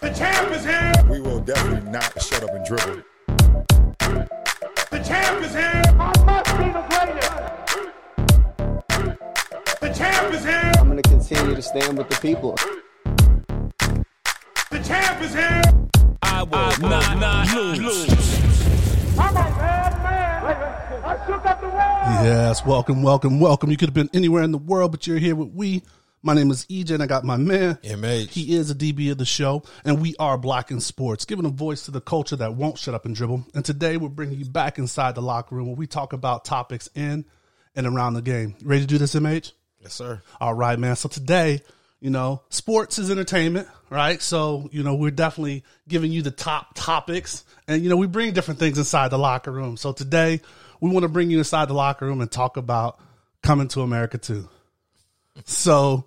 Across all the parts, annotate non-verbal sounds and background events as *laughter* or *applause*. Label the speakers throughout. Speaker 1: The champ is here.
Speaker 2: We will definitely not shut up and dribble.
Speaker 1: The champ is here.
Speaker 3: I must be the greatest.
Speaker 1: The champ is here.
Speaker 4: I'm going to continue to stand with the people.
Speaker 1: The champ is here.
Speaker 5: I will not, not lose.
Speaker 3: I'm a bad man. I shook up the world.
Speaker 6: Yes, welcome, welcome, welcome. You could have been anywhere in the world, but you're here with we. My name is EJ, and I got my man.
Speaker 7: MH.
Speaker 6: He is a DB of the show, and we are Blocking Sports, giving a voice to the culture that won't shut up and dribble. And today we're bringing you back inside the locker room where we talk about topics in and around the game. You ready to do this, MH?
Speaker 7: Yes, sir.
Speaker 6: All right, man. So today, you know, sports is entertainment, right? So, you know, we're definitely giving you the top topics and, you know, we bring different things inside the locker room. So today, we want to bring you inside the locker room and talk about coming to America too. So,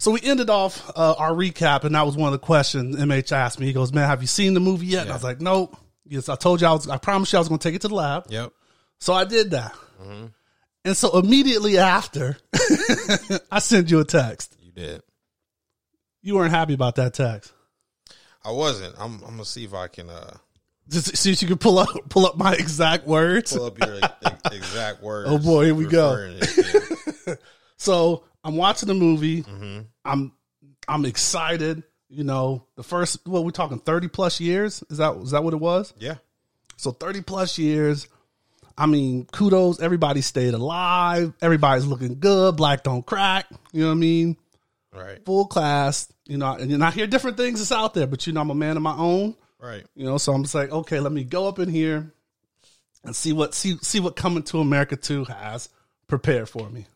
Speaker 6: so we ended off uh, our recap, and that was one of the questions MH asked me. He goes, "Man, have you seen the movie yet?" And I was like, "Nope." Yes, I told you I was. I promised you I was going to take it to the lab.
Speaker 7: Yep.
Speaker 6: So I did that.
Speaker 7: Mm-hmm.
Speaker 6: And so immediately after, *laughs* I sent you a text.
Speaker 7: You did.
Speaker 6: You weren't happy about that text.
Speaker 7: I wasn't. I'm, I'm gonna see if I can uh,
Speaker 6: Just see if you could pull up pull up my exact words.
Speaker 7: pull up your
Speaker 6: *laughs*
Speaker 7: e- exact words.
Speaker 6: Oh, boy, here we go.
Speaker 7: referring
Speaker 6: *laughs*
Speaker 7: it. Yeah.
Speaker 6: So I'm watching the movie.
Speaker 7: Mm-hmm.
Speaker 6: I'm I'm excited. You know, the first well, we're talking thirty plus years. Is that is that what it was?
Speaker 7: yeah.
Speaker 6: So 30 plus years. I mean, kudos. Everybody stayed alive. Everybody's looking good. Black don't crack. You know what I mean?
Speaker 7: Right.
Speaker 6: Full class. You know, and, and I hear different things that's out there, but you know, I'm a man of my own.
Speaker 7: Right.
Speaker 6: You know, so I'm just like, okay, let me go up in here and see what see see what coming to America two has prepared for me.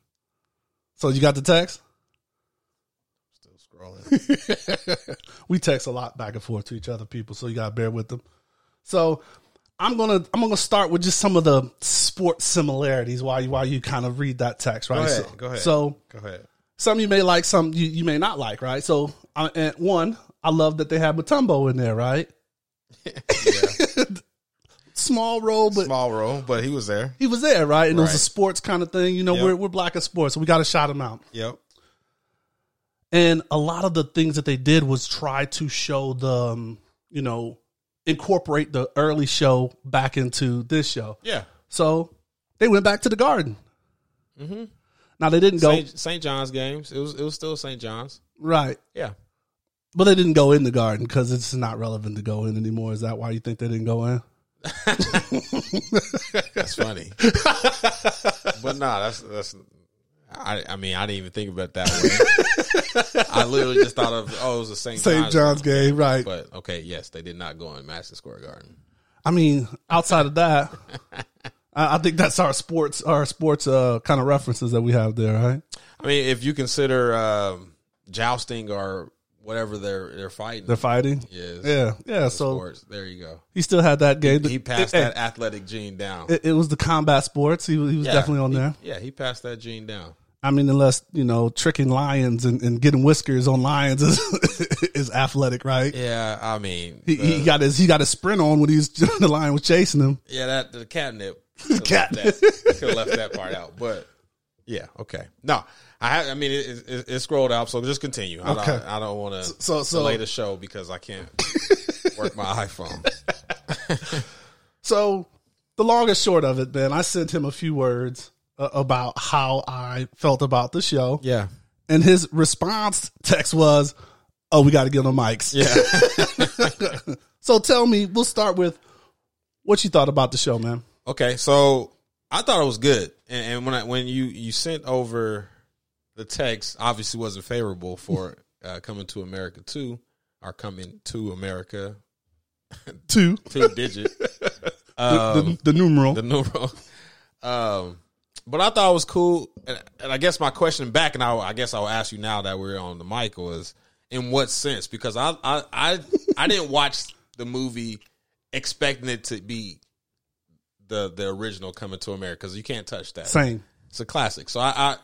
Speaker 6: So you got the text?
Speaker 7: Still scrolling.
Speaker 6: *laughs* we text a lot back and forth to each other people so you gotta bear with them so i'm gonna i'm gonna start with just some of the sport similarities while you while you kind of read that text right
Speaker 7: ahead,
Speaker 6: so,
Speaker 7: go ahead.
Speaker 6: so
Speaker 7: go ahead.
Speaker 6: some you may like some you, you may not like right so I, and one i love that they have matumbo in
Speaker 7: *laughs*
Speaker 6: there right small role but
Speaker 7: Small role, but he was there.
Speaker 6: he was there right and it was a
Speaker 7: Right.
Speaker 6: sports kind of thing you know
Speaker 7: Yep.
Speaker 6: we're, we're black at sports so we gotta shout him out
Speaker 7: Yep.
Speaker 6: and a lot of the things that they did was try to show the um, you know incorporate the early show back into this show
Speaker 7: Yeah.
Speaker 6: so they went back to the garden
Speaker 7: Mm-hmm.
Speaker 6: now they didn't go
Speaker 7: Saint, Saint John's games. It was it was still Saint John's.
Speaker 6: right
Speaker 7: Yeah.
Speaker 6: but they didn't go in the garden because it's not relevant to go in anymore is that why you think they didn't go in
Speaker 7: That's
Speaker 6: *laughs*
Speaker 7: funny. but nah, that's that's. I, I mean, I didn't even think about it that
Speaker 6: *laughs*
Speaker 7: way. I literally just thought of oh, it was the St.
Speaker 6: st john's game right
Speaker 7: But okay, yes, they did not go in Madison Square Garden.
Speaker 6: i mean outside
Speaker 7: *laughs*
Speaker 6: of that I, I think that's our sports our sports uh kind of references that we have there right
Speaker 7: I mean, if you consider um, jousting or whatever they're they're fighting,
Speaker 6: they're fighting
Speaker 7: Yes.
Speaker 6: yeah yeah so
Speaker 7: sports, there you go.
Speaker 6: he still had that game
Speaker 7: He passed
Speaker 6: Hey,
Speaker 7: that athletic gene down.
Speaker 6: it, it was the combat sports. He, was- he was
Speaker 7: Yeah,
Speaker 6: definitely on
Speaker 7: he-
Speaker 6: there.
Speaker 7: yeah, he passed that gene down.
Speaker 6: I mean, unless you know, tricking lions and, and getting whiskers on lions is *laughs* is athletic, right?
Speaker 7: Yeah, I mean,
Speaker 6: He, he got his he got his sprint on when he was *laughs* the lion was chasing him.
Speaker 7: yeah, that the
Speaker 6: *laughs*
Speaker 7: catnip. Could
Speaker 6: Catnip.
Speaker 7: have left that part out, but yeah, okay. No, I have. I mean, it, it, it scrolled out, so just continue. I
Speaker 6: Okay.
Speaker 7: don't, I don't want to
Speaker 6: So- so-
Speaker 7: delay the show because I
Speaker 6: *laughs*
Speaker 7: can't work my iPhone.
Speaker 6: So the long and short of it, man, I sent him a few words uh, about how I felt about the show,
Speaker 7: Yeah,
Speaker 6: and his response text was, "Oh, we got to get on mics."
Speaker 7: yeah.
Speaker 6: *laughs* So tell me, we'll start with what you thought about the show, man.
Speaker 7: Okay, so I thought it was good, and, and when I, when you you sent over the text, obviously wasn't favorable for uh, coming to America two or coming to America
Speaker 6: Two,
Speaker 7: two digit
Speaker 6: the, the, the numeral.
Speaker 7: Um, the numeral. Um, but I thought it was cool, and, and I guess my question back, and I, I guess I'll ask you now that we're on the mic was in what sense? Because I I I, I didn't watch the movie expecting it to be the the original Coming to America because you can't touch that.
Speaker 6: Same.
Speaker 7: It's a classic. So I, I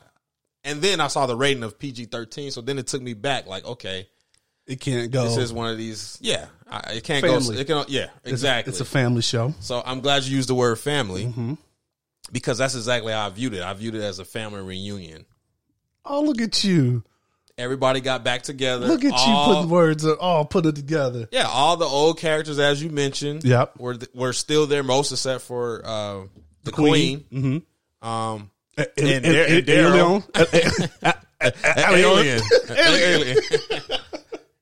Speaker 7: and then I saw the rating of PG thirteen. So then it took me back. Like okay,
Speaker 6: It can't go.
Speaker 7: this is one of these. Yeah, I, it can't
Speaker 6: Oh. Family.
Speaker 7: go. It can. Yeah,
Speaker 6: It's a-
Speaker 7: exactly.
Speaker 6: It's a family show.
Speaker 7: So I'm glad you used the word family
Speaker 6: Mm-hmm.
Speaker 7: because that's exactly how I viewed it. I viewed it as a family reunion.
Speaker 6: Oh, look at you.
Speaker 7: Everybody got back together.
Speaker 6: Look at you
Speaker 7: All-
Speaker 6: putting words all put it together.
Speaker 7: Yeah, all the old characters, as you mentioned,
Speaker 6: Yep.
Speaker 7: were were still there, most except for uh, the
Speaker 6: Queen. Mm-hmm.
Speaker 7: queen. *laughs* Um,
Speaker 6: And,
Speaker 7: and- and Daryl. *laughs* an alien, An alien. *laughs*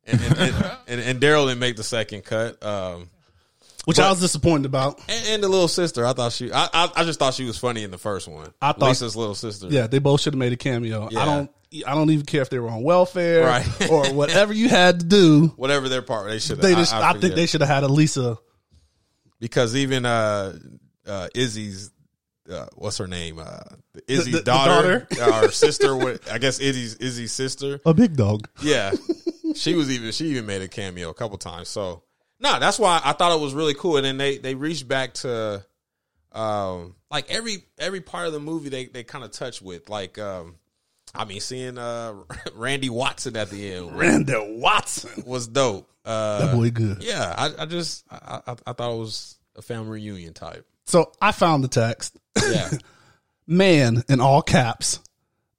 Speaker 7: and and, and, and, and Daryl didn't make the second cut. Um,
Speaker 6: *laughs* which I was disappointed about.
Speaker 7: and, and the little sister, I thought she, I, I, I just thought she was funny in the first one.
Speaker 6: I thought-
Speaker 7: Lisa's little sister.
Speaker 6: Yeah, they both should have made a cameo.
Speaker 7: Yeah.
Speaker 6: I don't. I don't even care if they were on welfare
Speaker 7: Right. *laughs*
Speaker 6: or whatever you had to do.
Speaker 7: whatever their part they should.
Speaker 6: They just, I, think they should have had a Lisa.
Speaker 7: because even uh, uh, Izzy's. Uh, what's her name? Uh, Izzy's
Speaker 6: the- the
Speaker 7: daughter, or sister? What I guess Izzy's Izzy's sister.
Speaker 6: A big dog. *laughs*
Speaker 7: Yeah. she was even she even made a cameo a couple times. So no, that's why I thought it was really cool. And then they they reached back to um like every every part of the movie they they kind of touch with. Like um I mean seeing uh *laughs* Randy Watson at the end
Speaker 6: Randall Watson.
Speaker 7: was dope. Uh
Speaker 6: That boy good.
Speaker 7: yeah, I, I just I, I I thought it was a family reunion
Speaker 6: *laughs*
Speaker 7: type.
Speaker 6: So I found the text.
Speaker 7: Yeah.
Speaker 6: Man, in all caps,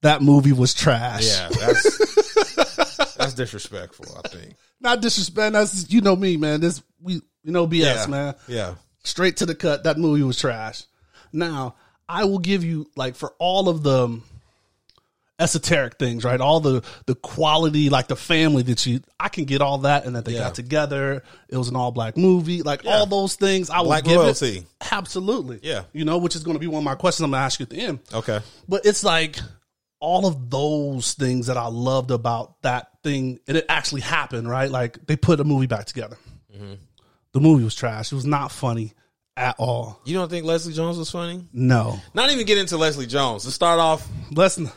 Speaker 6: that movie was trash.
Speaker 7: Yeah, that's that's disrespectful, I think.
Speaker 6: Not disrespect. That's you know me, man. This we you know BS,
Speaker 7: yeah.
Speaker 6: man.
Speaker 7: Yeah.
Speaker 6: straight to the cut. That movie was trash. Now, I will give you like for all of the um, esoteric things, right? All the the quality, like the family that you I can get all that and that they
Speaker 7: Yeah.
Speaker 6: got together. It was an all black movie. Like all those things I will
Speaker 7: Black
Speaker 6: give
Speaker 7: royalty.
Speaker 6: it. Absolutely.
Speaker 7: Yeah.
Speaker 6: You know, which is gonna be one of my questions I'm gonna ask you at the end.
Speaker 7: Okay.
Speaker 6: But it's like all of those things that I loved about that thing, and it actually happened, right? Like they put a movie back together. The movie was trash. It was not funny at all.
Speaker 7: You don't think Leslie Jones was funny?
Speaker 6: No,
Speaker 7: Not even get into Leslie Jones. To start off,
Speaker 6: let's. n-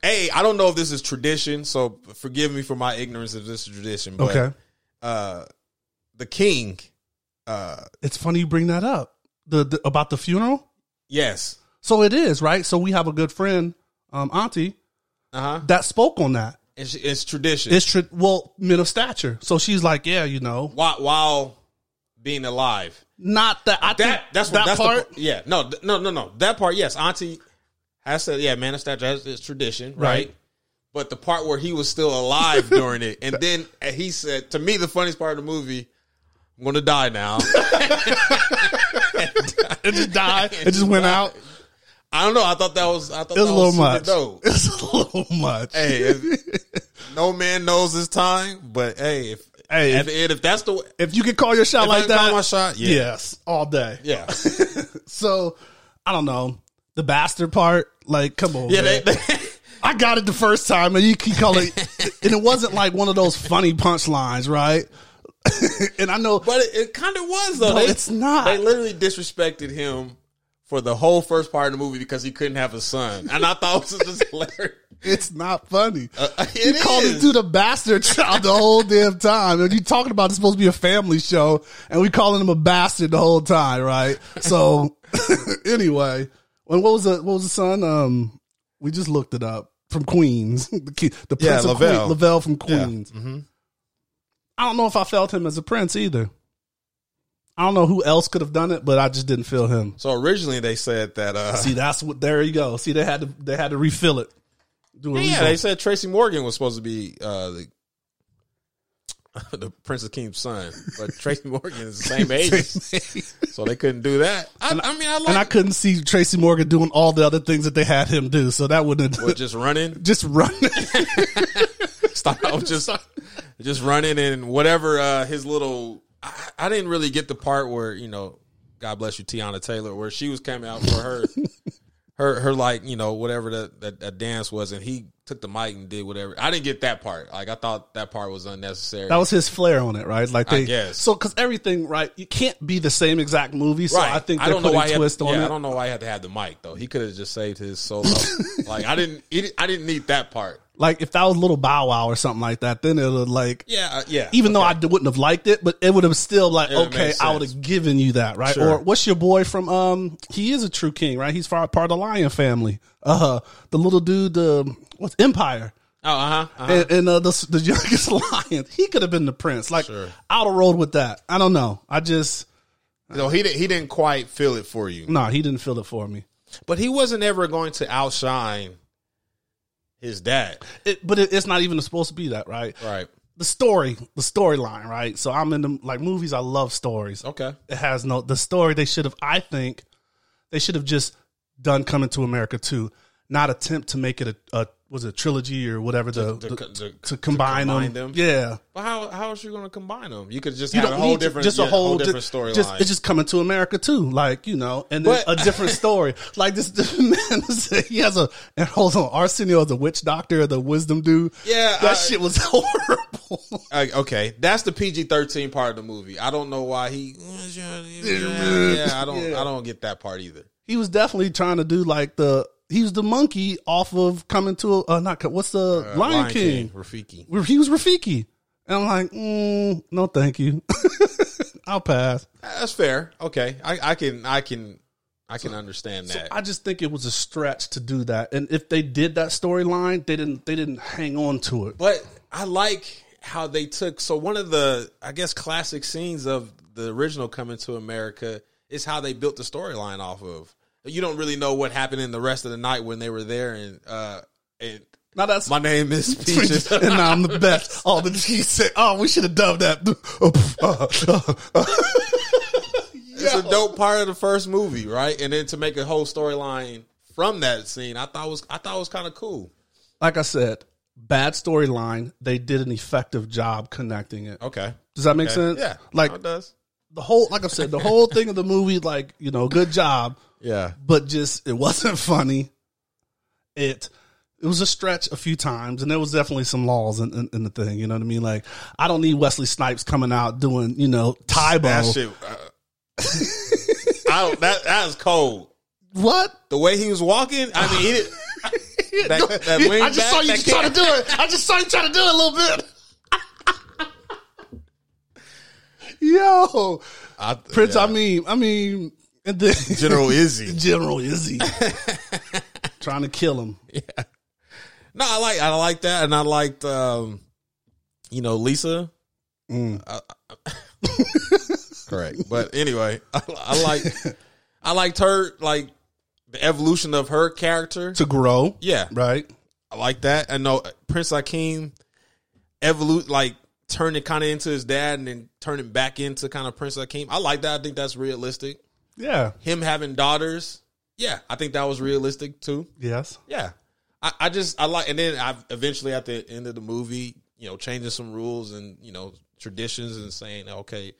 Speaker 7: hey, I don't know if this is tradition, so forgive me for my ignorance of this is tradition. But
Speaker 6: Okay,
Speaker 7: uh, the king, uh,
Speaker 6: it's funny you bring that up. The, the about the funeral.
Speaker 7: yes,
Speaker 6: So it is right. So we have a good friend, um, Auntie,
Speaker 7: uh huh,
Speaker 6: that spoke on that.
Speaker 7: it's, it's tradition.
Speaker 6: It's tr- well, men of stature. So she's like, yeah, you know,
Speaker 7: while, while being alive,
Speaker 6: not that. I
Speaker 7: that
Speaker 6: think
Speaker 7: that's
Speaker 6: that
Speaker 7: what that's
Speaker 6: part.
Speaker 7: The, yeah, no, th- no, no, no, that part. Yes, Auntie has said, yeah, man of stature has it's tradition, right?
Speaker 6: Right.
Speaker 7: But the part where he was still alive
Speaker 6: *laughs*
Speaker 7: during it, and then he said, to me, the funniest part of the movie, I'm going to die
Speaker 6: *laughs*
Speaker 7: now.
Speaker 6: it just died. It just
Speaker 7: *laughs*
Speaker 6: went out.
Speaker 7: I don't know. I thought that was I thought
Speaker 6: It was
Speaker 7: that
Speaker 6: a little
Speaker 7: was super
Speaker 6: much.
Speaker 7: dope.
Speaker 6: *laughs* It's a little much.
Speaker 7: hey,
Speaker 6: *laughs*
Speaker 7: if, no man knows his time, but hey, if
Speaker 6: Hey,
Speaker 7: at
Speaker 6: if-
Speaker 7: the end, if that's the way,
Speaker 6: If you could call your shot
Speaker 7: If I
Speaker 6: like
Speaker 7: can
Speaker 6: that,
Speaker 7: call my shot, yeah.
Speaker 6: yes, all day.
Speaker 7: *laughs* yeah,
Speaker 6: So I don't know the bastard part. Like, come on,
Speaker 7: yeah,
Speaker 6: man.
Speaker 7: they, *laughs* they,
Speaker 6: I got it the first time, and you can call
Speaker 7: *laughs*
Speaker 6: it, and it wasn't like one of those funny punchlines, right? *laughs* and I know,
Speaker 7: but it, it kind of was though.
Speaker 6: No,
Speaker 7: they,
Speaker 6: it's not.
Speaker 7: They literally disrespected him for the whole first part of the movie because he couldn't have a son, and I thought it was *laughs* just hilarious.
Speaker 6: it's not funny.
Speaker 7: Uh, it
Speaker 6: you called
Speaker 7: is.
Speaker 6: it dude a bastard child the whole damn time. And you talking about it's supposed to be a family show, and we calling him a bastard the whole time, right? So *laughs* anyway, when what was the what was the son? Um, we just looked it up from Queens, *laughs* the, ki- the
Speaker 7: Yeah, Mm-hmm.
Speaker 6: prince of
Speaker 7: Lavelle.
Speaker 6: Queen, Lavelle from Queens. I don't know if I felt him as a prince either. I don't know who else could have done it, but I just didn't feel him.
Speaker 7: So originally they said that. Uh,
Speaker 6: See, that's what. There you go. See, they had to they had to refill it. Do a
Speaker 7: yeah,
Speaker 6: refill.
Speaker 7: they said Tracy Morgan was supposed to be uh, the. *laughs* The Prince of King's son, but Tracy Morgan is the *laughs* same age, so they couldn't do that. I, I mean, I like
Speaker 6: and I couldn't see Tracy Morgan doing all the other things that they had him do. So that wouldn't *laughs*
Speaker 7: Well, just running.
Speaker 6: just run.
Speaker 7: *laughs*
Speaker 6: *laughs*
Speaker 7: Stop. Just just running and whatever uh, his little. I, I didn't really get the part where you know, God bless you, Tiana Taylor, where she was coming out for
Speaker 6: *laughs*
Speaker 7: her, her her like you know whatever that, that that dance was, and he took the mic and did whatever. I didn't get that part. Like I thought that part was unnecessary.
Speaker 6: that was his flair on it, right? Like they,
Speaker 7: I guess.
Speaker 6: so because everything, right? You can't be the same exact movie. So I think they're putting
Speaker 7: why he had-
Speaker 6: twist on
Speaker 7: yeah,
Speaker 6: it.
Speaker 7: I don't know why he had to have the mic though. He could have just saved his solo.
Speaker 6: *laughs*
Speaker 7: like I didn't. It, I didn't need that part.
Speaker 6: like if that was Little Bow Wow or something like that, then it would like.
Speaker 7: Yeah. uh, Yeah.
Speaker 6: Even though I d- wouldn't have liked it, but it would have still like
Speaker 7: It would've
Speaker 6: okay,
Speaker 7: made
Speaker 6: I
Speaker 7: sense.
Speaker 6: would have given you that right.
Speaker 7: Sure.
Speaker 6: Or what's your boy from? Um, he is a true king, right? He's far, part of the Lion family. Uh, the little dude, the what's Empire?
Speaker 7: Oh. Uh huh. Uh-huh.
Speaker 6: and, and uh, the, *laughs* the youngest lion, he could have been the prince. Like,
Speaker 7: Sure.
Speaker 6: I'd have rolled with that. I don't know. I just,
Speaker 7: No, he didn't. He didn't quite feel it for you.
Speaker 6: no, he didn't feel it for me.
Speaker 7: But he wasn't ever going to outshine his dad.
Speaker 6: It, but it, it's not even supposed to be that, right?
Speaker 7: Right.
Speaker 6: The story, the storyline, right? So I'm in the like movies. I love stories.
Speaker 7: Okay.
Speaker 6: It has no the story. They should have. I think they should have just done Coming to America too. Not attempt to make it a, a was it a trilogy or whatever the,
Speaker 7: to-
Speaker 6: the-
Speaker 7: to-
Speaker 6: to,
Speaker 7: to
Speaker 6: combine,
Speaker 7: combine them.
Speaker 6: them. Yeah,
Speaker 7: But how how is you going to combine them? You could just
Speaker 6: you
Speaker 7: have
Speaker 6: don't
Speaker 7: a whole
Speaker 6: need to-
Speaker 7: different
Speaker 6: just a
Speaker 7: yeah,
Speaker 6: whole, di-
Speaker 7: different
Speaker 6: Just,
Speaker 7: storyline.
Speaker 6: it's just coming to America too, like you know, and then
Speaker 7: But- *laughs*
Speaker 6: a different story. Like this, *laughs* this man, he has a and hold on, Arsenio, the witch doctor, the wisdom dude.
Speaker 7: Yeah,
Speaker 6: that
Speaker 7: I-
Speaker 6: shit was *laughs* horrible.
Speaker 7: Uh, okay, that's the PG thirteen part of the movie. I don't know why he. Yeah, I don't. I don't get that part either.
Speaker 6: he was definitely trying to do like the he was the monkey off of coming to uh not Co- what's the Lion, King.
Speaker 7: Rafiki.
Speaker 6: Where He was Rafiki, and I'm like, mm, no, thank you. *laughs* I'll pass.
Speaker 7: That's fair. Okay, I, I can I can I can understand that.
Speaker 6: I just think it was a stretch to do that. And if they did that storyline, they didn't they didn't hang on to it.
Speaker 7: but I like how they took so one of the I guess classic scenes of the original Coming to America is how they built the storyline off of. You don't really know what happened in the rest of the night when they were there and uh and
Speaker 6: Now that's *laughs*
Speaker 7: my name *laughs* is Peaches.
Speaker 6: and now I'm the best. All the he said, oh, we should have dubbed that. *laughs* Oh, pff, uh, uh, uh.
Speaker 7: it's a dope part of the first movie, right? And then to make a whole storyline from that scene, I thought was I thought was kind of cool.
Speaker 6: like I said, bad storyline. They did an effective job connecting it.
Speaker 7: Okay,
Speaker 6: Does that make sense?
Speaker 7: yeah, Oh,
Speaker 6: Like
Speaker 7: it does.
Speaker 6: the whole, like I said, the whole thing of the movie, like you know, good job,
Speaker 7: Yeah,
Speaker 6: but just it wasn't *laughs* funny. It it was a stretch a few times, and there was definitely some laws in, in, in the thing. You know what I mean? Like I don't need Wesley Snipes coming out doing you know
Speaker 7: that
Speaker 6: Tybo.
Speaker 7: shit. Uh, *laughs* I don't, that that is cold.
Speaker 6: What?
Speaker 7: The way he was walking, I mean, he didn't. *laughs* That, that wing
Speaker 6: *laughs* I just
Speaker 7: back,
Speaker 6: saw you
Speaker 7: that
Speaker 6: just trying
Speaker 7: kick.
Speaker 6: to do it. I just saw you trying to do it a little bit. *laughs* Yo,
Speaker 7: *laughs* I,
Speaker 6: Prince,
Speaker 7: yeah.
Speaker 6: I mean, I mean, *laughs* and then *laughs*
Speaker 7: General Izzy.
Speaker 6: General Izzy
Speaker 7: *laughs*
Speaker 6: trying to kill him.
Speaker 7: No, I like I like that, and I liked um, you know Lisa.
Speaker 6: Mm.
Speaker 7: I- I- *laughs* correct, but anyway, I, I like I liked her like the evolution of her character.
Speaker 6: to grow.
Speaker 7: Yeah.
Speaker 6: right.
Speaker 7: I like that. I know uh, Prince Akeem evolute like turning kind of into his dad, and then turning back into kind of Prince Akeem. I like that. I think that's realistic.
Speaker 6: Yeah.
Speaker 7: Him having daughters. Yeah, I think that was realistic too.
Speaker 6: Yes.
Speaker 7: Yeah. I, I just I like and then I eventually at the end of the movie, you know, changing some rules and, you know, traditions and saying, okay,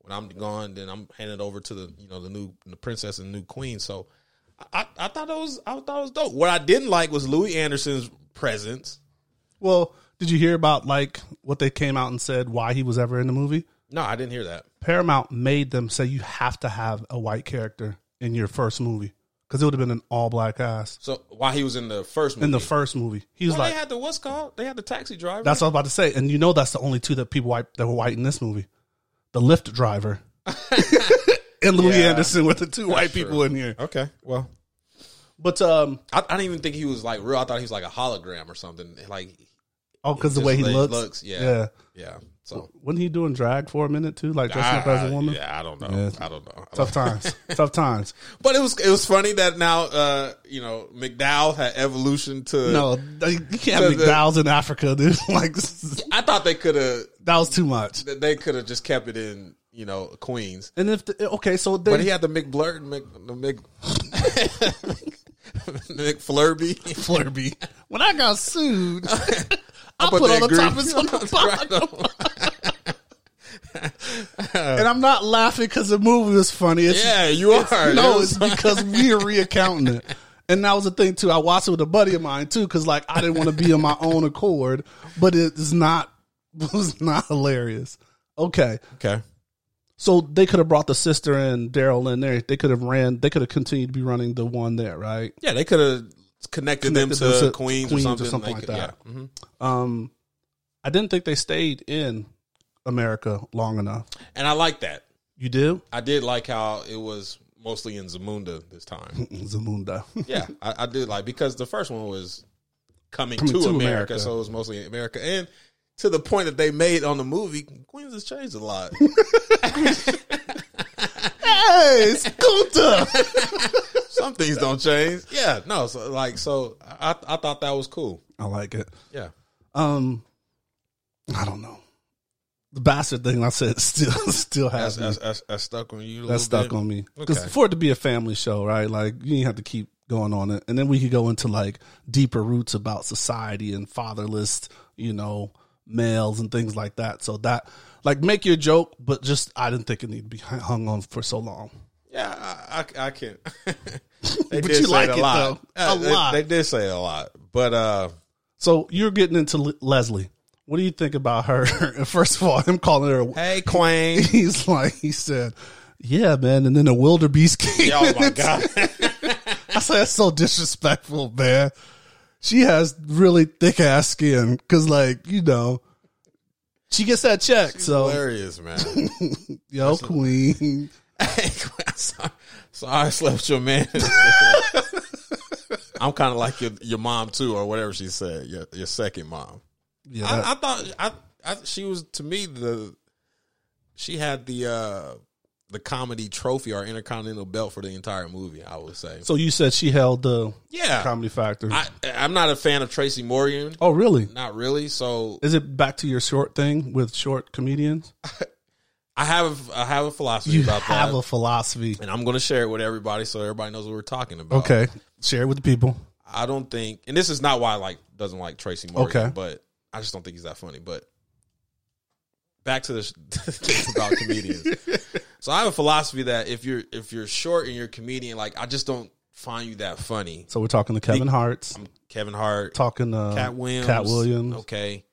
Speaker 7: when I'm gone, then I'm handed over to the, you know, the new the princess and new queen. So I, I thought that was I thought it was dope. What I didn't like was Louis Anderson's presence.
Speaker 6: Well, did you hear about like what they came out and said why he was ever in the movie?
Speaker 7: No, I didn't hear that.
Speaker 6: Paramount made them say you have to have a white character in your first movie because it would have been an all black cast
Speaker 7: So while he was in the first movie.
Speaker 6: in the first movie. He was
Speaker 7: well,
Speaker 6: like,
Speaker 7: they had the what's called? They had the taxi driver.
Speaker 6: "That's what I was about to say," and you know that's the only two that people white that were white in this movie, the
Speaker 7: *laughs*
Speaker 6: Lyft driver. And Louis
Speaker 7: Yeah.
Speaker 6: Anderson with the two white people in here,
Speaker 7: okay. Well,
Speaker 6: but um,
Speaker 7: I, I didn't even think he was like real. I thought he was like a hologram or something. Like,
Speaker 6: oh, because the
Speaker 7: Just
Speaker 6: way he
Speaker 7: the way he
Speaker 6: looks,
Speaker 7: looks, yeah.
Speaker 6: yeah.
Speaker 7: yeah. So
Speaker 6: Wasn't he doing drag for a minute too, like dressing up as a woman?
Speaker 7: Ah, Yeah, I don't know.
Speaker 6: Yeah.
Speaker 7: I don't know. I
Speaker 6: Tough
Speaker 7: don't-
Speaker 6: times, tough times.
Speaker 7: *laughs* But it was it was funny that now uh, you know McDowell had evolution to.
Speaker 6: No, they- you can't
Speaker 7: So
Speaker 6: have
Speaker 7: the-
Speaker 6: McDowell's in Africa, dude. *laughs* Like this is-
Speaker 7: I thought they could have
Speaker 6: that was too much.
Speaker 7: they could have just kept it in you know Queens,
Speaker 6: And if the, okay, so they,
Speaker 7: but he had the McBlurt and Mc the Mc *laughs* McFlurby.
Speaker 6: *laughs* Flurby. When I got
Speaker 7: *laughs*
Speaker 6: sued, I, put, all
Speaker 7: that
Speaker 6: the
Speaker 7: green-
Speaker 6: toppings on the *laughs* bottom. and I'm not laughing because the movie was funny. It's
Speaker 7: Yeah, you are.
Speaker 6: no,
Speaker 7: It
Speaker 6: it's
Speaker 7: was-
Speaker 6: because we are reaccounting it. And that was the thing too. I watched it with a buddy of mine too, because like I didn't want to be on my own accord, but it is not *laughs* it was not hilarious. Okay.
Speaker 7: okay.
Speaker 6: So they could have brought the sister and Daryl in there. They could have ran. They could have continued to be running the one there, right?
Speaker 7: Yeah, they could have connected, them
Speaker 6: Connected
Speaker 7: to,
Speaker 6: them to
Speaker 7: Queens,
Speaker 6: Queens or
Speaker 7: or something,
Speaker 6: something
Speaker 7: They
Speaker 6: like
Speaker 7: could-
Speaker 6: that.
Speaker 7: Yeah. Mhm.
Speaker 6: Um, I didn't think they stayed in America long enough.
Speaker 7: And I like that.
Speaker 6: You do,
Speaker 7: I did like how it was mostly in Zamunda this time. *laughs*
Speaker 6: *laughs* Zamunda.
Speaker 7: Yeah, I, I did like because the first one was coming,
Speaker 6: Coming
Speaker 7: to,
Speaker 6: to
Speaker 7: America,
Speaker 6: America.
Speaker 7: so it was mostly in America. And to the point that they made on the movie, Queens has changed a
Speaker 6: *laughs*
Speaker 7: lot. *laughs*
Speaker 6: hey, Scooter.
Speaker 7: Some things don't change. Yeah, no. So like, so I I thought that was cool.
Speaker 6: I like it.
Speaker 7: Yeah.
Speaker 6: Um, I don't know. The bastard thing I said *laughs* still still
Speaker 7: That's,
Speaker 6: has me.
Speaker 7: that's,
Speaker 6: That's,
Speaker 7: that's, that's stuck on you. a little
Speaker 6: stuck
Speaker 7: bit.
Speaker 6: on me because
Speaker 7: Okay.
Speaker 6: for it to be a family show, right? Like you didn't have to keep going on it, and then we could go into like deeper roots about society and fatherless, you know, males and things like that. So that like make your joke, but just I didn't think it needed to be hung on for so long.
Speaker 7: Yeah, I, I, I *laughs* can.
Speaker 6: *laughs* But you like it, though. A
Speaker 7: Uh, they-
Speaker 6: lot.
Speaker 7: They, did say a lot, but uh,
Speaker 6: So you're getting into Le- Leslie. What do you think about her? *laughs* First of all, him calling her a
Speaker 7: hey, Queen. *laughs*
Speaker 6: *laughs* he's like he said, "Yeah, man." And then the wildebeest *laughs* came.
Speaker 7: oh my
Speaker 6: in.
Speaker 7: god.
Speaker 6: I said that's so disrespectful, man. She has really thick ass skin because, like, you know, she gets that check. so,
Speaker 7: Hilarious, man.
Speaker 6: *laughs* yo, queen, *laughs*
Speaker 7: Hey, *laughs* Queen, sorry, sorry I slept your man. I'm kind of like your your mom too, or whatever she said. Your your second mom.
Speaker 6: yeah, that-
Speaker 7: I, I thought I, I she was to me the she had the uh the comedy trophy or intercontinental belt for the entire movie. I would say.
Speaker 6: so you said she held the
Speaker 7: yeah,
Speaker 6: comedy factor.
Speaker 7: I I'm not a fan of Tracy Morgan.
Speaker 6: oh, really?
Speaker 7: Not really. So
Speaker 6: Is it back to your short thing with short comedians?
Speaker 7: I have I have a philosophy
Speaker 6: You
Speaker 7: about
Speaker 6: have
Speaker 7: that,
Speaker 6: a philosophy.
Speaker 7: and uh, I'm going to share it with everybody so everybody knows what we're talking about.
Speaker 6: Okay, share it with the people.
Speaker 7: I don't think, and this is not why I like doesn't like Tracy Morgan,
Speaker 6: Okay.
Speaker 7: but I just don't think he's that funny. But back to the sh- *laughs* things about comedians. So I have a philosophy that if you're if you're short and you're a comedian, like I just don't find you that funny.
Speaker 6: So we're talking to Kevin Hart's,
Speaker 7: Kevin Hart,
Speaker 6: talking to
Speaker 7: Cat Williams,
Speaker 6: Uh, Cat Williams.
Speaker 7: okay.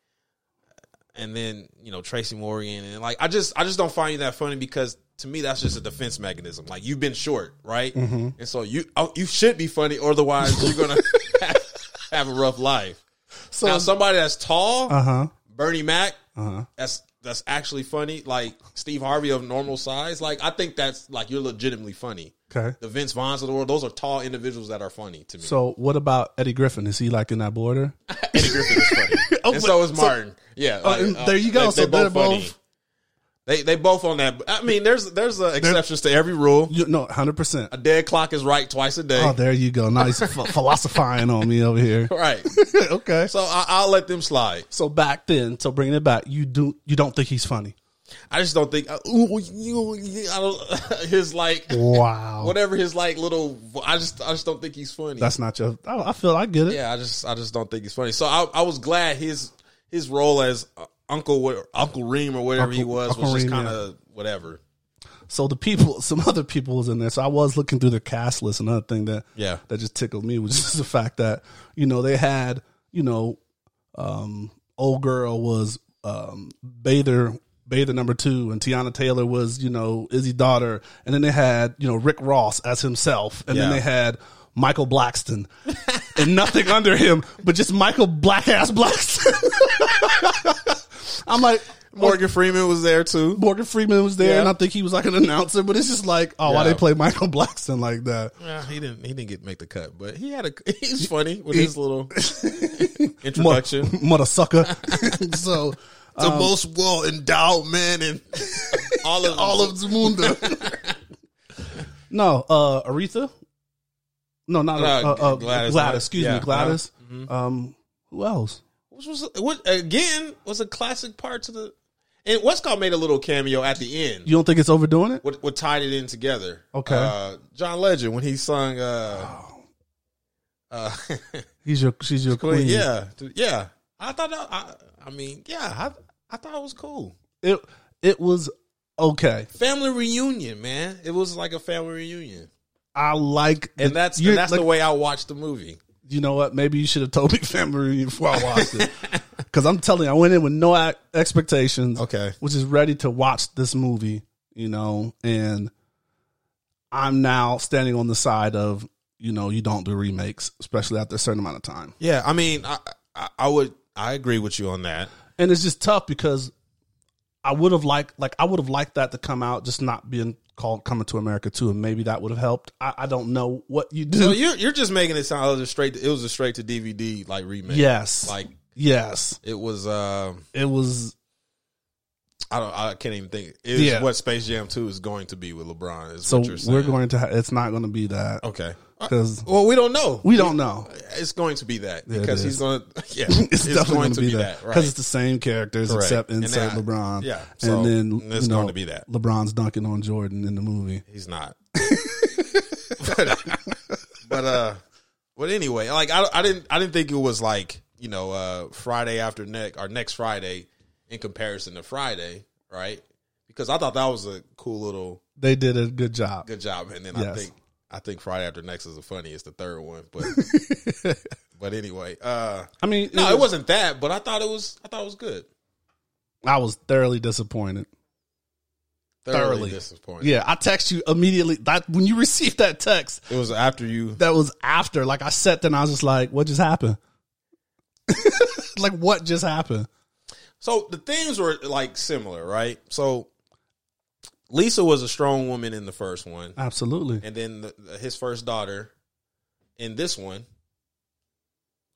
Speaker 7: And then you know Tracy Morgan, and like I just I just don't find you that funny because to me that's just a defense mechanism. Like you've been short, right?
Speaker 6: Mm-hmm.
Speaker 7: And so you oh, you should be funny, otherwise you're gonna *laughs* have, have a rough life.
Speaker 6: So, Uh-huh.
Speaker 7: now somebody that's tall,
Speaker 6: uh huh.
Speaker 7: Bernie Mac, that's that's actually funny. Like Steve Harvey of normal size, like I think that's like you're legitimately funny.
Speaker 6: Okay.
Speaker 7: The Vince Vaughns of the world, those are tall individuals that are funny to me.
Speaker 6: So what about Eddie Griffin? Is he like in that border?
Speaker 7: Eddie Griffin is
Speaker 6: *laughs*
Speaker 7: funny.
Speaker 6: Oh,
Speaker 7: and so is Martin. yeah. like,
Speaker 6: uh,
Speaker 7: uh,
Speaker 6: and there you go.
Speaker 7: They,
Speaker 6: So they're both-
Speaker 7: They they both on that. I mean, there's there's uh, exceptions to every rule.
Speaker 6: You, no, hundred percent.
Speaker 7: A dead clock is right twice a day.
Speaker 6: Oh, there you go. Nice
Speaker 7: *laughs*
Speaker 6: ph- philosophizing on me over here.
Speaker 7: right.
Speaker 6: *laughs* okay.
Speaker 7: so
Speaker 6: So,
Speaker 7: I, I'll let them slide.
Speaker 6: so back then, so bringing it back, you do you don't think he's funny?
Speaker 7: I just don't think. Uh, ooh, you, you- I don't. *laughs* His like
Speaker 6: Wow,
Speaker 7: whatever his like little. I just I just don't think he's funny.
Speaker 6: that's not your. I, I feel I get it.
Speaker 7: yeah. I just I just don't think he's funny. So I I was glad his his role as uh, Uncle Wa- Uncle Reem or whatever he
Speaker 6: Uncle-
Speaker 7: was
Speaker 6: Uncle
Speaker 7: was just
Speaker 6: Reem,
Speaker 7: kind of whatever.
Speaker 6: So the people, *laughs* some other people was in there. So I was looking through the cast list. Another thing that
Speaker 7: Yeah.
Speaker 6: that just tickled me was *laughs* just the fact that you know they had you know um old girl was um Bather Bather number two and Tiana Taylor was you know Izzy daughter and then they had you know Rick Ross as himself and then
Speaker 7: Yeah.
Speaker 6: they had Michael Blackston *laughs* and nothing under him but just Michael Black ass Blackston. *laughs* I'm like
Speaker 7: Morgan Freeman was there too.
Speaker 6: Morgan Freeman was there,
Speaker 7: Yeah.
Speaker 6: and I think he was like an announcer. But it's just like, oh, why
Speaker 7: Yeah.
Speaker 6: they play Michael Blackston like that?
Speaker 7: Yeah, he didn't. He didn't get make the cut, but he had a. *laughs* He's funny with his *laughs* little
Speaker 6: *laughs*
Speaker 7: introduction.
Speaker 6: Mother, mother sucker. *laughs* so
Speaker 7: the most well endowed man in *laughs* all of all of
Speaker 6: Zamunda. *laughs* no, uh, Aretha. No, not
Speaker 7: No,
Speaker 6: uh, uh, Gladys.
Speaker 7: Gladys.
Speaker 6: Excuse
Speaker 7: Yeah. Mm-hmm.
Speaker 6: me, Gladys. Um, who else?
Speaker 7: Which was what again was a classic part to the. And Westcott made a little cameo at the end.
Speaker 6: You don't think it's overdoing it?
Speaker 7: what, what tied it in together?
Speaker 6: Okay.
Speaker 7: uh, John Legend when he sung. Uh, uh, *laughs*
Speaker 6: He's your, she's your queen.
Speaker 7: yeah, yeah. I thought. That, I, I mean, yeah. I I thought it was cool.
Speaker 6: It it was okay.
Speaker 7: Family reunion, man. It was like a family reunion.
Speaker 6: I like,
Speaker 7: and that's
Speaker 6: you're-
Speaker 7: and that's
Speaker 6: like,
Speaker 7: the way I watched the movie.
Speaker 6: you know what? Maybe you should have told me *laughs* family reunion before I watched it. Because I'm telling you, I went in with no ac- expectations.
Speaker 7: Okay.
Speaker 6: Which is ready to watch this movie, you know, and I'm now standing on the side of, you know, you don't do remakes, especially after a certain amount of time.
Speaker 7: Yeah, I mean, I, I, I would I agree with you on that.
Speaker 6: And it's just tough because I would have liked, like, I would have liked that to come out, just not being called Coming to America too, and maybe that would have helped. I, I don't know what you do.
Speaker 7: So you're you're just making it sound like it was straight. It was a straight to DVD like remake.
Speaker 6: yes.
Speaker 7: like
Speaker 6: yes.
Speaker 7: it was. um
Speaker 6: It was
Speaker 7: I don't. I can't even think. Is
Speaker 6: Yeah.
Speaker 7: what Space Jam Two is going to be with LeBron? Is
Speaker 6: So
Speaker 7: what you're saying.
Speaker 6: we're going to. Ha- it's not going to be that
Speaker 7: Okay.
Speaker 6: because
Speaker 7: Well, we don't know.
Speaker 6: we don't know.
Speaker 7: It's going to be that
Speaker 6: Yeah, it
Speaker 7: because he's
Speaker 6: is.
Speaker 7: going to. *laughs* Yeah,
Speaker 6: *laughs* It's, definitely going to be that because
Speaker 7: right.
Speaker 6: it's the same characters
Speaker 7: Correct.
Speaker 6: except
Speaker 7: And
Speaker 6: insert
Speaker 7: then I-
Speaker 6: LeBron.
Speaker 7: yeah, so
Speaker 6: and then
Speaker 7: it's
Speaker 6: you know,
Speaker 7: going to be that.
Speaker 6: LeBron's dunking on Jordan in the movie.
Speaker 7: He's not. *laughs* but uh, but anyway, like I, I didn't I didn't think it was like you know uh Friday after next or next Friday in comparison to Friday, right? Because I thought that was a cool little
Speaker 6: They did a good job.
Speaker 7: good job, and then I
Speaker 6: Yes.
Speaker 7: think I think Friday after next is the funniest, the third one,
Speaker 6: *laughs*
Speaker 7: but but anyway, uh,
Speaker 6: *laughs* I mean,
Speaker 7: no, it wasn't that, but I thought it was I thought it was good.
Speaker 6: I was thoroughly disappointed.
Speaker 7: Thoroughly,
Speaker 6: Thoroughly.
Speaker 7: disappointed.
Speaker 6: Yeah, I text you immediately. That when you *laughs* received that text,
Speaker 7: It was after you.
Speaker 6: that was after. Like I sat there and I was just like, "What just happened? *laughs* like what just happened?"
Speaker 7: So the themes were like similar, right? So Lisa was a strong woman in the first one,
Speaker 6: Uh-huh. Absolutely.
Speaker 7: and then the, the- his first daughter in this one.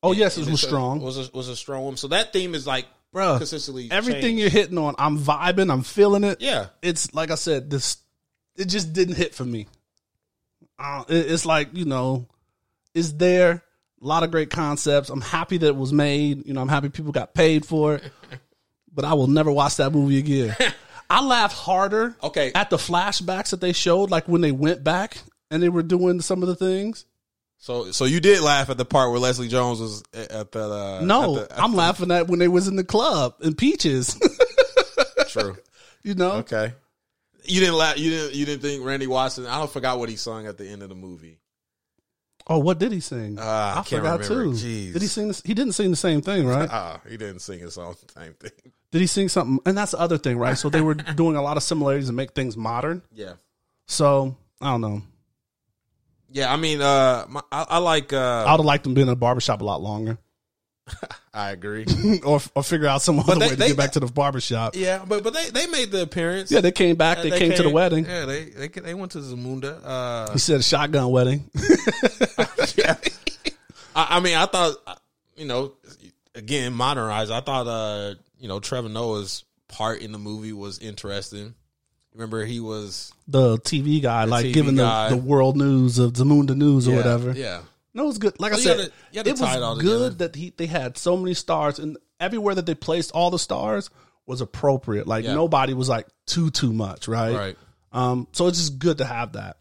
Speaker 6: Oh yes,
Speaker 7: and
Speaker 6: it was
Speaker 7: this-
Speaker 6: strong,
Speaker 7: Was a, was a strong woman. So that theme is like
Speaker 6: bro.
Speaker 7: consistently
Speaker 6: Everything
Speaker 7: changed.
Speaker 6: you're hitting on, I'm vibing. I'm feeling it.
Speaker 7: yeah.
Speaker 6: It's like I said, this it just didn't hit for me. Uh, it- it's like you know, it's there. A lot of great concepts. I'm happy that it was made. You know, I'm happy people got paid
Speaker 7: *laughs*
Speaker 6: for it. But I will never watch that movie again. I laughed harder
Speaker 7: Okay.
Speaker 6: at the flashbacks that they showed, like when they went back and they were doing some of the things.
Speaker 7: So so you did laugh at the part where Leslie Jones was at at the uh,
Speaker 6: No,
Speaker 7: at the-
Speaker 6: I'm laughing at when they was in the club and peaches.
Speaker 7: *laughs*
Speaker 6: *laughs*
Speaker 7: true.
Speaker 6: you know,
Speaker 7: Okay. You didn't laugh. You didn't. You didn't think Randy Watson. I don't forgot what he sung at the end of the movie.
Speaker 6: Oh, what did he sing?
Speaker 7: Uh, I can't remember. Jeez.
Speaker 6: Did he sing? This? He didn't sing the same thing,
Speaker 7: *laughs*
Speaker 6: right?
Speaker 7: Ah, he didn't sing his own same thing.
Speaker 6: did he sing something? And that's the other thing, right?
Speaker 7: *laughs*
Speaker 6: So they were doing a lot of similarities to make things modern.
Speaker 7: Yeah.
Speaker 6: So I don't know.
Speaker 7: Yeah. I mean, uh, my, I, I like.
Speaker 6: I
Speaker 7: Uh,
Speaker 6: would have liked them being in a barbershop a lot longer, *laughs*
Speaker 7: I agree. *laughs*
Speaker 6: or or figure out some other
Speaker 7: they-
Speaker 6: way to
Speaker 7: they-
Speaker 6: get back to the barbershop. Yeah,
Speaker 7: yeah, but but they they made the appearance. Uh,
Speaker 6: they came back. They, came, to the wedding.
Speaker 7: Yeah, they they ca- they went to Zamunda. Uh,
Speaker 6: He said shotgun wedding. *laughs*
Speaker 7: I, I mean, I thought uh, you know, again, modernized. I thought uh, you know, Trevor Noah's part in the movie was interesting. Remember, he was
Speaker 6: The TV guy, like
Speaker 7: TV
Speaker 6: giving
Speaker 7: guy.
Speaker 6: the the world news of Zamunda news or
Speaker 7: yeah,
Speaker 6: whatever.
Speaker 7: Yeah,
Speaker 6: No, it was good. Like I
Speaker 7: you
Speaker 6: said,
Speaker 7: gotta- you
Speaker 6: it
Speaker 7: gotta
Speaker 6: was
Speaker 7: tie it all
Speaker 6: good
Speaker 7: together.
Speaker 6: that he they had so many stars, and everywhere that they placed all the stars was appropriate. Like
Speaker 7: Yeah.
Speaker 6: nobody was like too too much, right?
Speaker 7: right.
Speaker 6: Um, so it's just good to have that.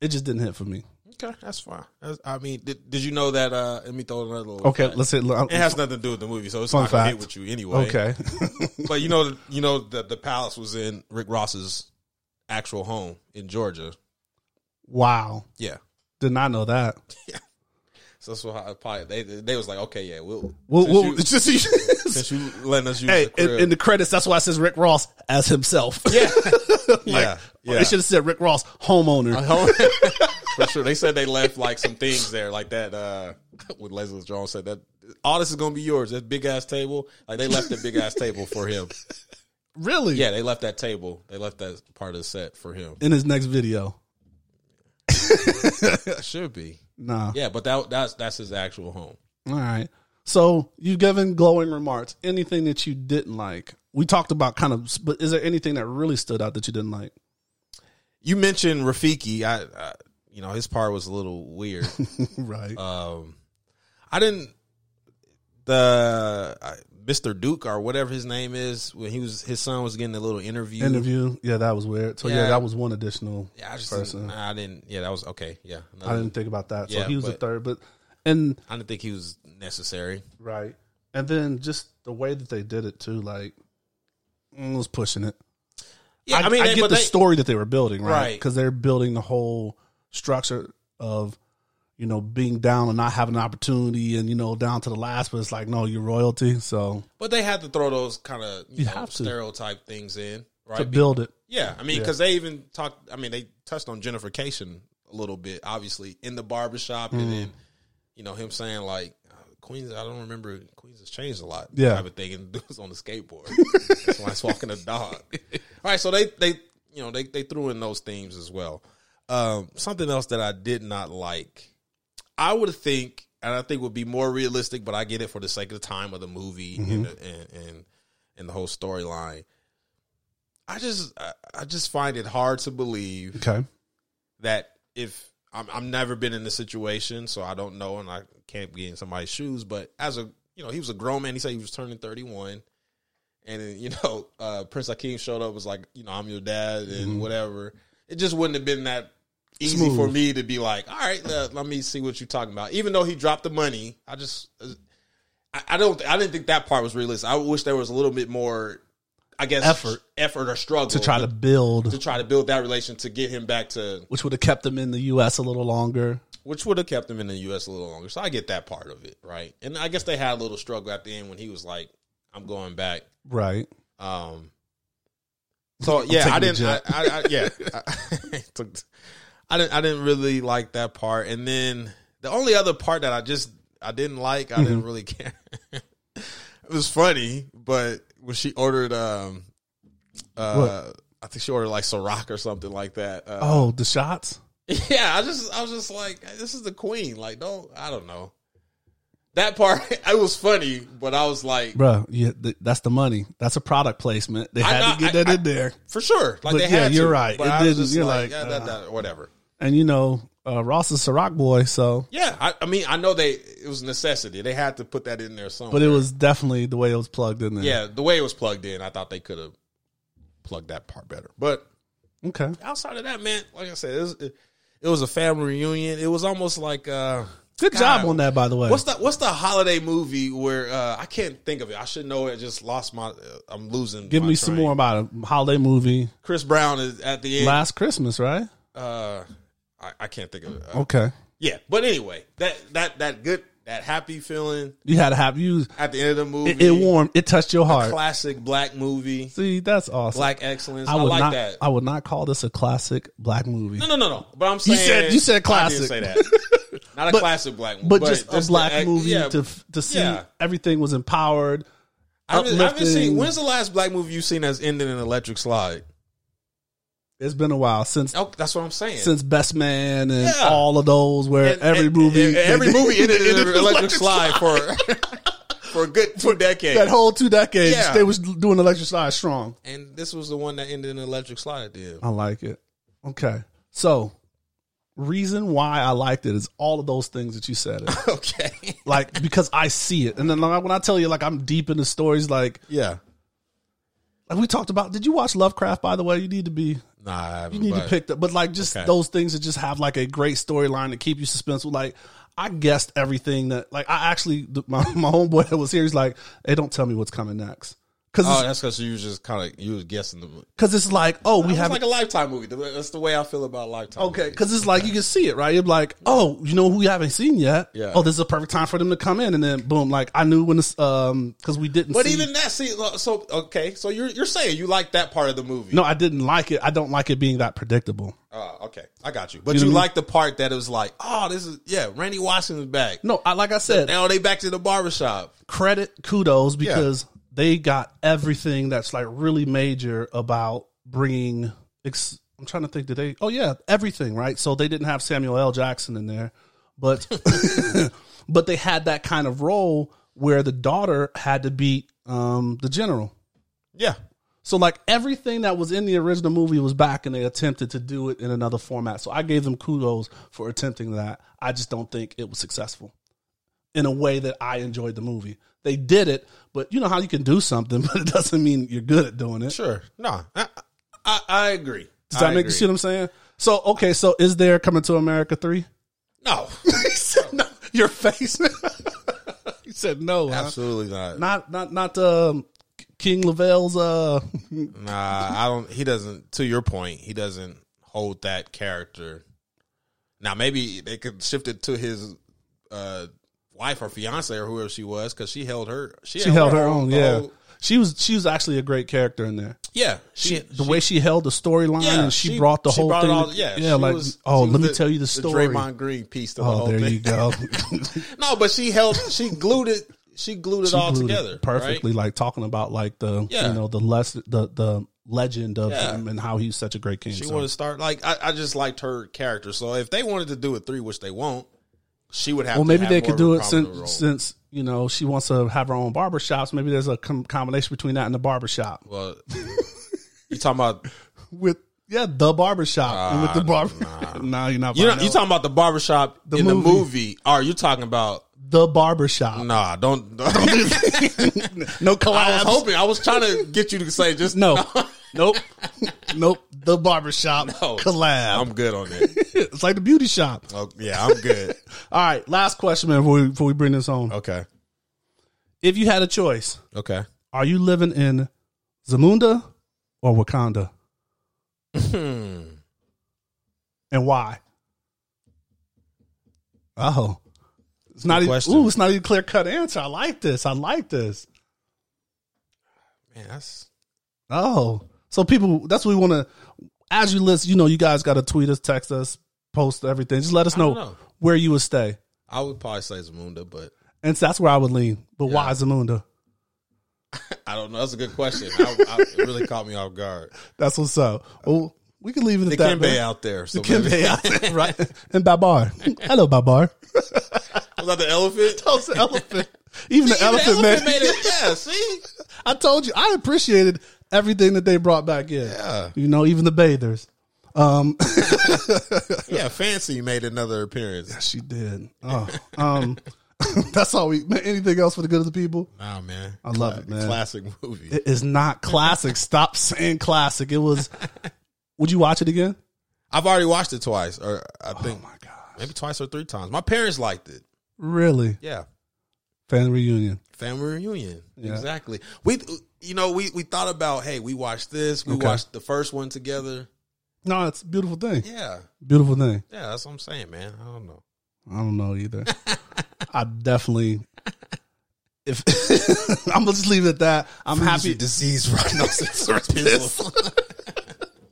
Speaker 6: It just didn't hit for me.
Speaker 7: Okay, that's fine. That's- I mean, did, did you know that? Uh, let me throw another. Little
Speaker 6: Okay,
Speaker 7: fact.
Speaker 6: let's hit.
Speaker 7: It has nothing to do with the movie, so it's
Speaker 6: Fun
Speaker 7: not gonna hit
Speaker 6: fact.
Speaker 7: with you anyway.
Speaker 6: okay,
Speaker 7: *laughs* but you know, you know that the palace was in Rick Ross's actual home in Georgia.
Speaker 6: *laughs* wow,
Speaker 7: Yeah,
Speaker 6: did not know that.
Speaker 7: so that's what I probably they they was like, okay, yeah, we'll
Speaker 6: Well,
Speaker 7: since
Speaker 6: well,
Speaker 7: you- since you letting us use
Speaker 6: hey,
Speaker 7: the
Speaker 6: in,
Speaker 7: crib.
Speaker 6: in the credits, that's why it says Rick Ross as himself.
Speaker 7: yeah,
Speaker 6: Like, oh,
Speaker 7: yeah, yeah.
Speaker 6: *laughs* They should have said Rick Ross homeowner.
Speaker 7: For sure, they said they left like some things there, like that. Uh, *laughs* when Leslie Jones said that, all this is gonna be yours. That big ass table, like they left the big ass table for him.
Speaker 6: *laughs* really?
Speaker 7: Yeah, they left that table. They left that part of the set for him.
Speaker 6: In his next video,
Speaker 7: That should be.
Speaker 6: nah.
Speaker 7: Yeah, but that that's that's his actual home.
Speaker 6: All right. So you've given glowing remarks. Anything that you didn't like? We talked about kind of, but is there anything that really stood out that you didn't like?
Speaker 7: You mentioned Rafiki. I, I you know, his part was a little weird.
Speaker 6: Right.
Speaker 7: um, I didn't the I, Mr. Duke or whatever his name is when he was his son was getting a little interview.
Speaker 6: Interview. Yeah, that was weird. So yeah,
Speaker 7: Yeah.
Speaker 6: that was one additional
Speaker 7: Yeah, I just
Speaker 6: person.
Speaker 7: Didn't, nah, I didn't. Yeah, that was okay. Yeah, another-
Speaker 6: I didn't think about that. So
Speaker 7: Yeah,
Speaker 6: he was the
Speaker 7: but-
Speaker 6: third, but and
Speaker 7: I didn't think he was necessary.
Speaker 6: right, and then just the way that they did it too, like mm, was pushing it.
Speaker 7: Yeah, I, mean,
Speaker 6: I
Speaker 7: they-
Speaker 6: get
Speaker 7: but
Speaker 6: the
Speaker 7: they-
Speaker 6: story that they were building, right?
Speaker 7: Right.
Speaker 6: Because they're building the whole structure of, you know, being down and not having an opportunity, and you know, down to the last. But it's like, no, you're royalty, so
Speaker 7: But they had to throw those kind of you
Speaker 6: You
Speaker 7: know,
Speaker 6: have to.
Speaker 7: stereotype things in, right?
Speaker 6: to build it.
Speaker 7: Yeah, I mean, because they even talked. I mean, they touched on gentrification a little bit, obviously in the barbershop, and then you know him saying like uh, Queens. I don't remember Queens has changed a lot.
Speaker 6: Yeah.
Speaker 7: type of thing, and *laughs* dudes on the skateboard. That's why it's walking a dog. All right, so they they you know they they threw in those themes as well. Um, something else that I did not like, I would think, and I think would be more realistic, but I get it for the sake of the time of the movie and, the, and and and the whole storyline I just I, I just find it hard to believe
Speaker 6: Okay.
Speaker 7: that if I'm I've never been in this situation, so I don't know, and I can't be in somebody's shoes. But as a you know, he was a grown man. He said he was turning 31, and then, *laughs* you know, uh, Prince Akeem showed up was like, you know, I'm your dad and whatever. It just wouldn't have been that easy
Speaker 6: Mm-hmm. Smooth.
Speaker 7: for me to be like, all right, let, let me see what you're talking about. Even though he dropped the money, I just. uh, I- I don't. I didn't think that part was realistic. I wish there was a little bit more, I guess,
Speaker 6: Effort.
Speaker 7: effort or struggle
Speaker 6: To try to build,
Speaker 7: to try to build that relation to get him back to
Speaker 6: which would have kept them in the U.S. a little longer.
Speaker 7: which would have kept him in the U.S. a little longer. So I get that part of it, right? And I guess they had a little struggle at the end when he was like, "I'm going back."
Speaker 6: Right.
Speaker 7: Um, so yeah, I
Speaker 6: taking the
Speaker 7: didn't. I, I, I, yeah, I, *laughs* took- I didn't. I didn't really like that part. And then the only other part that I just I didn't like, I
Speaker 6: Mm-hmm.
Speaker 7: didn't really *laughs* care. it was funny, but when she ordered, um, uh, I think she ordered like Ciroc or something like that. Uh,
Speaker 6: Oh, the shots.
Speaker 7: *laughs* yeah, I just I was just like, this is the queen. Like, don't I don't know. That part *laughs* it was funny, but I was like,
Speaker 6: Bruh, yeah, th- that's the money. That's a product placement. They
Speaker 7: I
Speaker 6: had
Speaker 7: know,
Speaker 6: to get
Speaker 7: I-
Speaker 6: that
Speaker 7: I-
Speaker 6: in there.
Speaker 7: for sure. Like
Speaker 6: But
Speaker 7: they
Speaker 6: yeah,
Speaker 7: had to,
Speaker 6: you're right.
Speaker 7: But
Speaker 6: It
Speaker 7: I was
Speaker 6: didn't-
Speaker 7: just
Speaker 6: you're
Speaker 7: like,
Speaker 6: like, uh,
Speaker 7: yeah, that, that, whatever.
Speaker 6: And you know, uh, Ross is Ciroc boy, so
Speaker 7: Yeah, I, I mean, I know they it was necessity. They had to put that in there somewhere.
Speaker 6: but it was definitely the way it was plugged in there.
Speaker 7: yeah, the way it was plugged in, I thought they could have plugged that part better. But
Speaker 6: Okay.
Speaker 7: outside of that, man, like I said, it was, it, it was a family reunion. It was almost like uh
Speaker 6: Good
Speaker 7: God,
Speaker 6: job on that, by the way.
Speaker 7: What's the What's the holiday movie where uh, I can't think of it? I should know it. I just lost my. Uh, I'm losing.
Speaker 6: Give
Speaker 7: my
Speaker 6: me some
Speaker 7: train.
Speaker 6: more about a holiday movie.
Speaker 7: Chris Brown is at the end.
Speaker 6: Last Christmas, right?
Speaker 7: Uh, I, I can't think of it. Uh,
Speaker 6: Okay.
Speaker 7: yeah, but anyway, that that that good that happy feeling
Speaker 6: You had to have you.
Speaker 7: at the end of the movie.
Speaker 6: It, it warmed. It touched your heart.
Speaker 7: Classic black movie,
Speaker 6: See, that's awesome.
Speaker 7: black excellence. I,
Speaker 6: I would
Speaker 7: like
Speaker 6: not.
Speaker 7: that.
Speaker 6: I would not call this a classic black movie.
Speaker 7: no, no, no, no. But I'm
Speaker 6: You
Speaker 7: saying
Speaker 6: said- you said classic.
Speaker 7: I didn't say
Speaker 6: *laughs*
Speaker 7: that. Not a
Speaker 6: But-
Speaker 7: classic black movie,
Speaker 6: but, just a
Speaker 7: the
Speaker 6: black
Speaker 7: ex-
Speaker 6: movie
Speaker 7: yeah,
Speaker 6: to f- to see
Speaker 7: yeah.
Speaker 6: everything was empowered.
Speaker 7: I haven't, I haven't seen.
Speaker 6: uplifting.
Speaker 7: When's the last black movie you've seen that's ended in an electric slide?
Speaker 6: It's been a while since
Speaker 7: Oh, that's what I'm saying.
Speaker 6: since Best Man and
Speaker 7: Yeah.
Speaker 6: all of those where
Speaker 7: And-
Speaker 6: every
Speaker 7: and-
Speaker 6: movie
Speaker 7: and every movie ended
Speaker 6: *laughs*
Speaker 7: in an
Speaker 6: with
Speaker 7: electric slide for for a good two decades.
Speaker 6: That whole two decades,
Speaker 7: Yeah.
Speaker 6: they was doing electric slide strong.
Speaker 7: and this was the one that ended in an electric slide. Did
Speaker 6: I like it. Okay, so reason why I liked it is all of those things that you said.
Speaker 7: *laughs* *laughs* okay,
Speaker 6: like because I see it, and then like, when I tell you, like I'm deep in the stories. Like
Speaker 7: yeah.
Speaker 6: like we talked about. Did you watch Lovecraft? By the way, you need to be
Speaker 7: Nah, I haven't,
Speaker 6: you need
Speaker 7: but
Speaker 6: to pick that. But like just
Speaker 7: Okay.
Speaker 6: those things that just have like a great storyline to keep you suspenseful. Like I guessed everything that like I actually th- my *laughs* my homeboy that was here. He's like, hey, don't tell me what's coming next. Cause,
Speaker 7: Oh,
Speaker 6: it's,
Speaker 7: that's because you was just kind of you was guessing the movie.
Speaker 6: cause it's like, oh, we
Speaker 7: It's
Speaker 6: have
Speaker 7: like a lifetime movie. That's the way I feel about lifetime.
Speaker 6: okay,
Speaker 7: movies.
Speaker 6: cause it's like you can see it, right? You're like, oh, you know who we haven't seen yet.
Speaker 7: Yeah.
Speaker 6: Oh, this is a perfect time for them to come in, and then boom, like I knew when this, um, cause we didn't.
Speaker 7: but
Speaker 6: see-
Speaker 7: even that. See, look, so okay, so you're you're saying you like that part of the movie?
Speaker 6: no, I didn't like it. I don't like it being that predictable.
Speaker 7: Oh, okay, I got you. But
Speaker 6: You
Speaker 7: you,
Speaker 6: know what I mean?
Speaker 7: like the part that it was like, oh, this is yeah, Randy Washington's back.
Speaker 6: No, I like I said,
Speaker 7: Now they back to the barbershop.
Speaker 6: credit kudos because they got everything that's like really major about bringing ex- I'm trying to think did they Oh yeah, everything, right? So they didn't have Samuel L. Jackson in there, but *laughs* but they had that kind of role where the daughter had to beat um the general.
Speaker 7: Yeah,
Speaker 6: So like everything that was in the original movie was back and they attempted to do it in another format. So I gave them kudos for attempting that. I just don't think it was successful in a way that I enjoyed the movie. They did it, but you know how you can do something, *laughs* but it doesn't mean you're good at doing it.
Speaker 7: Sure. No, I, I, I agree.
Speaker 6: Does that
Speaker 7: I
Speaker 6: make
Speaker 7: agree.
Speaker 6: you see what I'm saying? So okay, so is there coming to America three?
Speaker 7: No, *laughs*
Speaker 6: no, your face. you said no. huh?
Speaker 7: absolutely not.
Speaker 6: Not not not um, King Lavelle's. Uh, *laughs*
Speaker 7: Nah, I don't. He doesn't. To your point, he doesn't hold that character. Now maybe they could shift it to his uh, wife or fiance or whoever she was because she held her. She,
Speaker 6: she held her own.
Speaker 7: the
Speaker 6: Yeah,
Speaker 7: whole-
Speaker 6: she was she was actually a great character in there.
Speaker 7: yeah.
Speaker 6: she, the way she held the storyline
Speaker 7: yeah,
Speaker 6: and she, brought the
Speaker 7: she
Speaker 6: whole
Speaker 7: brought it
Speaker 6: thing.
Speaker 7: all- yeah,
Speaker 6: yeah,
Speaker 7: she
Speaker 6: like
Speaker 7: was-
Speaker 6: oh,
Speaker 7: she was
Speaker 6: let me tell you the story.
Speaker 7: The Draymond Green piece to the
Speaker 6: oh,
Speaker 7: whole
Speaker 6: there
Speaker 7: thing. *laughs*
Speaker 6: you go.
Speaker 7: No, but she held. She glued it. She glued it all
Speaker 6: Glued it
Speaker 7: together right?
Speaker 6: perfectly, like talking about like the
Speaker 7: Yeah.
Speaker 6: you know the less the the legend of
Speaker 7: Yeah.
Speaker 6: him and how he's such a great king.
Speaker 7: She
Speaker 6: So,
Speaker 7: wanted to start like I, I just liked her character. So if they wanted to do a three, which they won't, she would have.
Speaker 6: well,
Speaker 7: to
Speaker 6: maybe
Speaker 7: have
Speaker 6: they
Speaker 7: more
Speaker 6: could
Speaker 7: of
Speaker 6: do
Speaker 7: a
Speaker 6: it
Speaker 7: prominent
Speaker 6: since
Speaker 7: role.
Speaker 6: since you know she wants to have her own barber shops. Maybe there's a com- combination between that and the barber shop.
Speaker 7: Well, You talking about
Speaker 6: with yeah the barbershop and with the barber. *laughs* Nah, you're not.
Speaker 7: you know,
Speaker 6: buying
Speaker 7: you
Speaker 6: that
Speaker 7: talking about the barbershop
Speaker 6: The
Speaker 7: in
Speaker 6: movie.
Speaker 7: the movie? Or you talking about
Speaker 6: one. the *laughs* barbershop.
Speaker 7: nah? *laughs* Don't. don't
Speaker 6: No
Speaker 7: I was
Speaker 6: collabs.
Speaker 7: hoping. I was trying to get you to say just *laughs*
Speaker 6: No, nope, nope. The barbershop
Speaker 7: No.
Speaker 6: collab.
Speaker 7: I'm good on that.
Speaker 6: *laughs* it's like the beauty shop.
Speaker 7: Oh, yeah, I'm
Speaker 6: *laughs*
Speaker 7: good.
Speaker 6: All right, last question, man. Before we, before we bring this home,
Speaker 7: Okay.
Speaker 6: if you had a choice,
Speaker 7: Okay.
Speaker 6: are you living in Zamunda or Wakanda,
Speaker 7: Hmm.
Speaker 6: and why? Oh, it's not.
Speaker 7: Good
Speaker 6: Even,
Speaker 7: question.
Speaker 6: ooh, it's not even clear cut answer. I like this. I like this.
Speaker 7: Man, that's
Speaker 6: Oh, so people, that's what we want to. As you list, you know, you guys got to tweet us, text us, post everything. Just let us know,
Speaker 7: don't know.
Speaker 6: where you would stay,
Speaker 7: I would probably say Zamunda, but
Speaker 6: and so that's where I would lean. But why Zamunda?
Speaker 7: I don't know. That's a good question. I, I, it really caught me off guard.
Speaker 6: That's what's up. Well, we can leave it
Speaker 7: The
Speaker 6: at that.
Speaker 7: Kimbe
Speaker 6: man.
Speaker 7: out there. So
Speaker 6: Kimbe
Speaker 7: *laughs* maybe-
Speaker 6: out there, right? And Babar. Hello, Babar.
Speaker 7: Was that the elephant?
Speaker 6: *laughs* That was the elephant. Even Oh,
Speaker 7: Even
Speaker 6: the, elephant, man.
Speaker 7: made it. *laughs* Yeah, see?
Speaker 6: *laughs* I told you, I appreciated everything that they brought back in.
Speaker 7: Yeah.
Speaker 6: You know, even the bathers. Um,
Speaker 7: Yeah, Fancy made another appearance.
Speaker 6: she did. Oh, um, *laughs* that's all we. man, Anything else for the good of the people?
Speaker 7: Wow, man. I
Speaker 6: love it, man.
Speaker 7: Classic movie.
Speaker 6: It is not classic. Stop saying classic. It *laughs* was. Would you watch it again?
Speaker 7: I've already watched it twice, or I think
Speaker 6: Oh my god!
Speaker 7: maybe twice or three times. My parents liked it.
Speaker 6: Really?
Speaker 7: Yeah.
Speaker 6: Fan reunion.
Speaker 7: Family reunion. Exactly. We, you know, we, we thought about, hey, we watched this. We
Speaker 6: Okay.
Speaker 7: watched the first one together.
Speaker 6: No, it's a beautiful thing.
Speaker 7: Yeah.
Speaker 6: Beautiful thing.
Speaker 7: Yeah, that's what I'm saying, man. I don't know.
Speaker 6: I don't know *laughs* either. I definitely. If *laughs* I'm gonna just leave it at that. I'm happy. *laughs*
Speaker 7: disease *laughs* rhinoceros piss.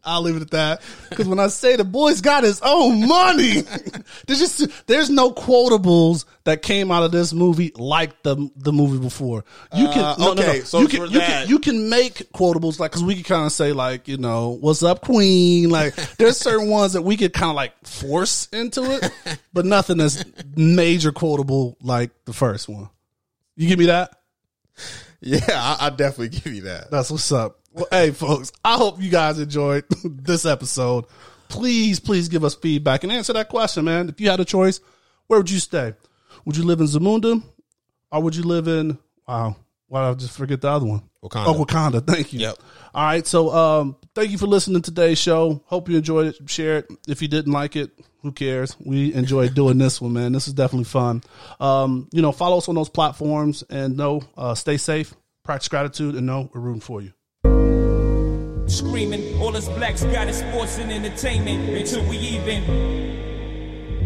Speaker 6: I'll leave it at that. Because when I say the boy's got his own money, *laughs* there's just there's no quotables that came out of this movie like the the movie before. You can
Speaker 7: Uh,
Speaker 6: no, no, no.
Speaker 7: okay, so
Speaker 6: you
Speaker 7: for
Speaker 6: can, you
Speaker 7: that-
Speaker 6: can you can make quotables like because we can kind of say like you know what's up queen like there's certain ones that we could kind of like force into it, but nothing that's major quotable like the first one. You give me that?
Speaker 7: yeah, I, I definitely give you that.
Speaker 6: That's what's up. Well, hey, folks, I hope you guys enjoyed *laughs* this episode. Please, please give us feedback and answer that question, man. If you had a choice, where would you stay? Would you live in Zamunda or would you live in, wow, why did I just forget the other one?
Speaker 7: Wakanda.
Speaker 6: Oh, Wakanda. Thank you.
Speaker 7: Yep.
Speaker 6: All right. So, um, thank you for listening to today's show. Hope you enjoyed it. Share it. If you didn't like it, who cares? We enjoyed doing this one, man. This is definitely fun. Um, you know, follow us on those platforms and know, uh, stay safe, practice gratitude, and know we're rooting for you.
Speaker 5: Screaming, all us blacks got is sports and entertainment until we even.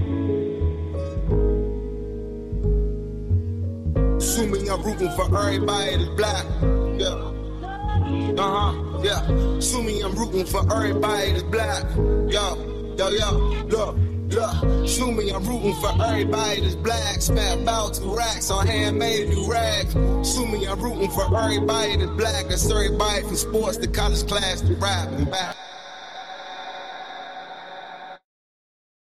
Speaker 8: Assuming I'm rooting for everybody that's black. Yeah. Uh huh. Yeah. Assuming I'm rooting for everybody that's black. Yo, yo, yo. Look, look. Assuming I'm rooting for everybody that's black. Spat about two racks on handmade new rags. Assuming I'm rooting for everybody that's black. That's everybody from sports to college class to rap and back.